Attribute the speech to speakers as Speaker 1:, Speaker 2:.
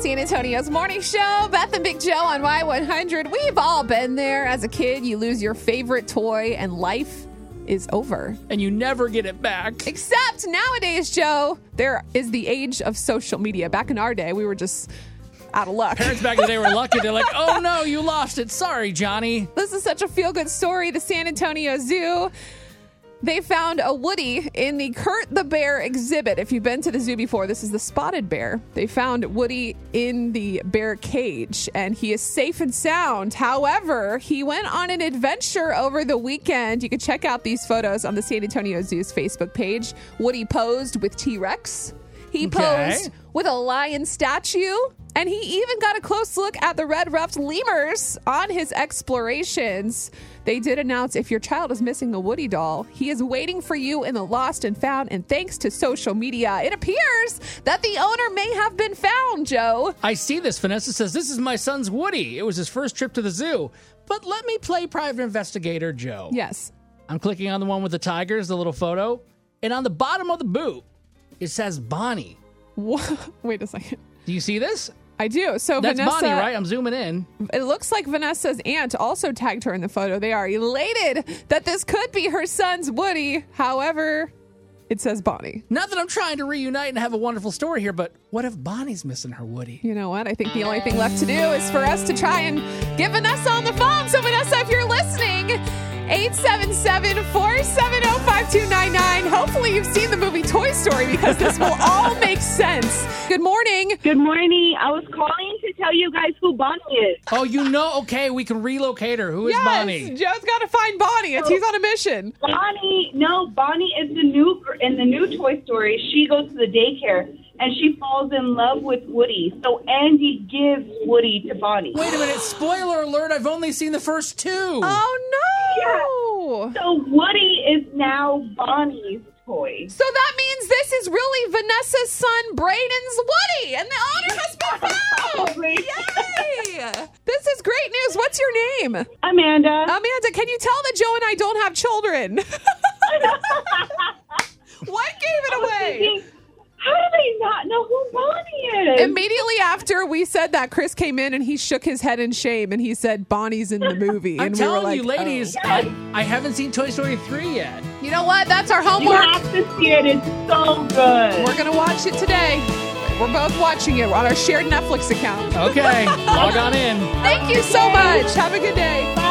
Speaker 1: San Antonio's morning show, Beth and Big Joe on Y100. We've all been there as a kid. You lose your favorite toy and life is over.
Speaker 2: and you never get it back.
Speaker 1: Except nowadays, Joe, there is the age of social media. Back in our day, we were just out of luck.
Speaker 2: Parents back in the day were lucky. They're like, oh no, you lost it. Sorry, Johnny.
Speaker 1: This is such a feel good story. The San Antonio Zoo. They found a Woody in the Kurt the Bear exhibit. If you've been to the zoo before, this is the spotted bear. They found Woody in the bear cage and he is safe and sound. However, he went on an adventure over the weekend. You can check out these photos on the San Antonio Zoo's Facebook page. Woody posed with T Rex, he
Speaker 2: Okay.
Speaker 1: posed with a lion statue. And he even got a close look at the red ruffed lemurs on his explorations. They did announce if your child is missing a Woody doll, he is waiting for you in the lost and found. And thanks to social media, it appears that the owner may have been found, Joe.
Speaker 2: I see this. Vanessa says, this is my son's Woody. It was his first trip to the zoo. But let me play private investigator Joe.
Speaker 1: Yes.
Speaker 2: I'm clicking on the one with the tigers, the little photo. And on the bottom of the boot, it says Bonnie.
Speaker 1: Wha- Wait a second.
Speaker 2: Do you see this?
Speaker 1: I do. So
Speaker 2: That's
Speaker 1: Vanessa,
Speaker 2: Bonnie, right? I'm zooming in.
Speaker 1: It looks like Vanessa's aunt also tagged her in the photo. They are elated that this could be her son's Woody. However, it says Bonnie.
Speaker 2: Not that I'm trying to reunite and have a wonderful story here, but what if Bonnie's missing her Woody?
Speaker 1: You know what? I think the only thing left to do is for us to try and get Vanessa on the phone. So, Vanessa, if you're listening, 877 470 5299. Hopefully, you've seen the movie Toy Story because this will all make sense. Good morning.
Speaker 3: Good morning. I was calling to tell you guys who Bonnie is.
Speaker 2: Oh, you know, okay, we can relocate her. Who is
Speaker 1: yes,
Speaker 2: Bonnie?
Speaker 1: Joe's got to find Bonnie. It's, he's on a mission.
Speaker 3: Bonnie, no, Bonnie is the new in the new Toy Story. She goes to the daycare and she falls in love with Woody. So Andy gives Woody to Bonnie.
Speaker 2: Wait a minute. Spoiler alert, I've only seen the first two.
Speaker 1: Oh, no.
Speaker 3: So Woody is now Bonnie's toy.
Speaker 1: So that means this is really Vanessa's son, Braden's Woody, and the honor has been found.
Speaker 3: Probably.
Speaker 1: Yay! This is great news. What's your name?
Speaker 3: Amanda.
Speaker 1: Amanda, can you tell that Joe and I don't have children? what
Speaker 3: I was
Speaker 1: gave it away?
Speaker 3: thinking, how do they not know who Bonnie is?
Speaker 1: Immediately after we said that, Chris came in and he shook his head in shame and he said, Bonnie's in the movie.
Speaker 2: I'm
Speaker 1: and we were
Speaker 2: telling
Speaker 1: like,
Speaker 2: you, ladies, I, I haven't seen Toy Story 3 yet.
Speaker 1: "Oh." you know what? That's our
Speaker 3: you
Speaker 1: homework.
Speaker 3: have to see it. It's so good.
Speaker 1: We're going to watch it today. We're both watching it on our shared Netflix account.
Speaker 2: Okay, log on in.
Speaker 1: Thank you so much. Have a good day.
Speaker 3: Bye.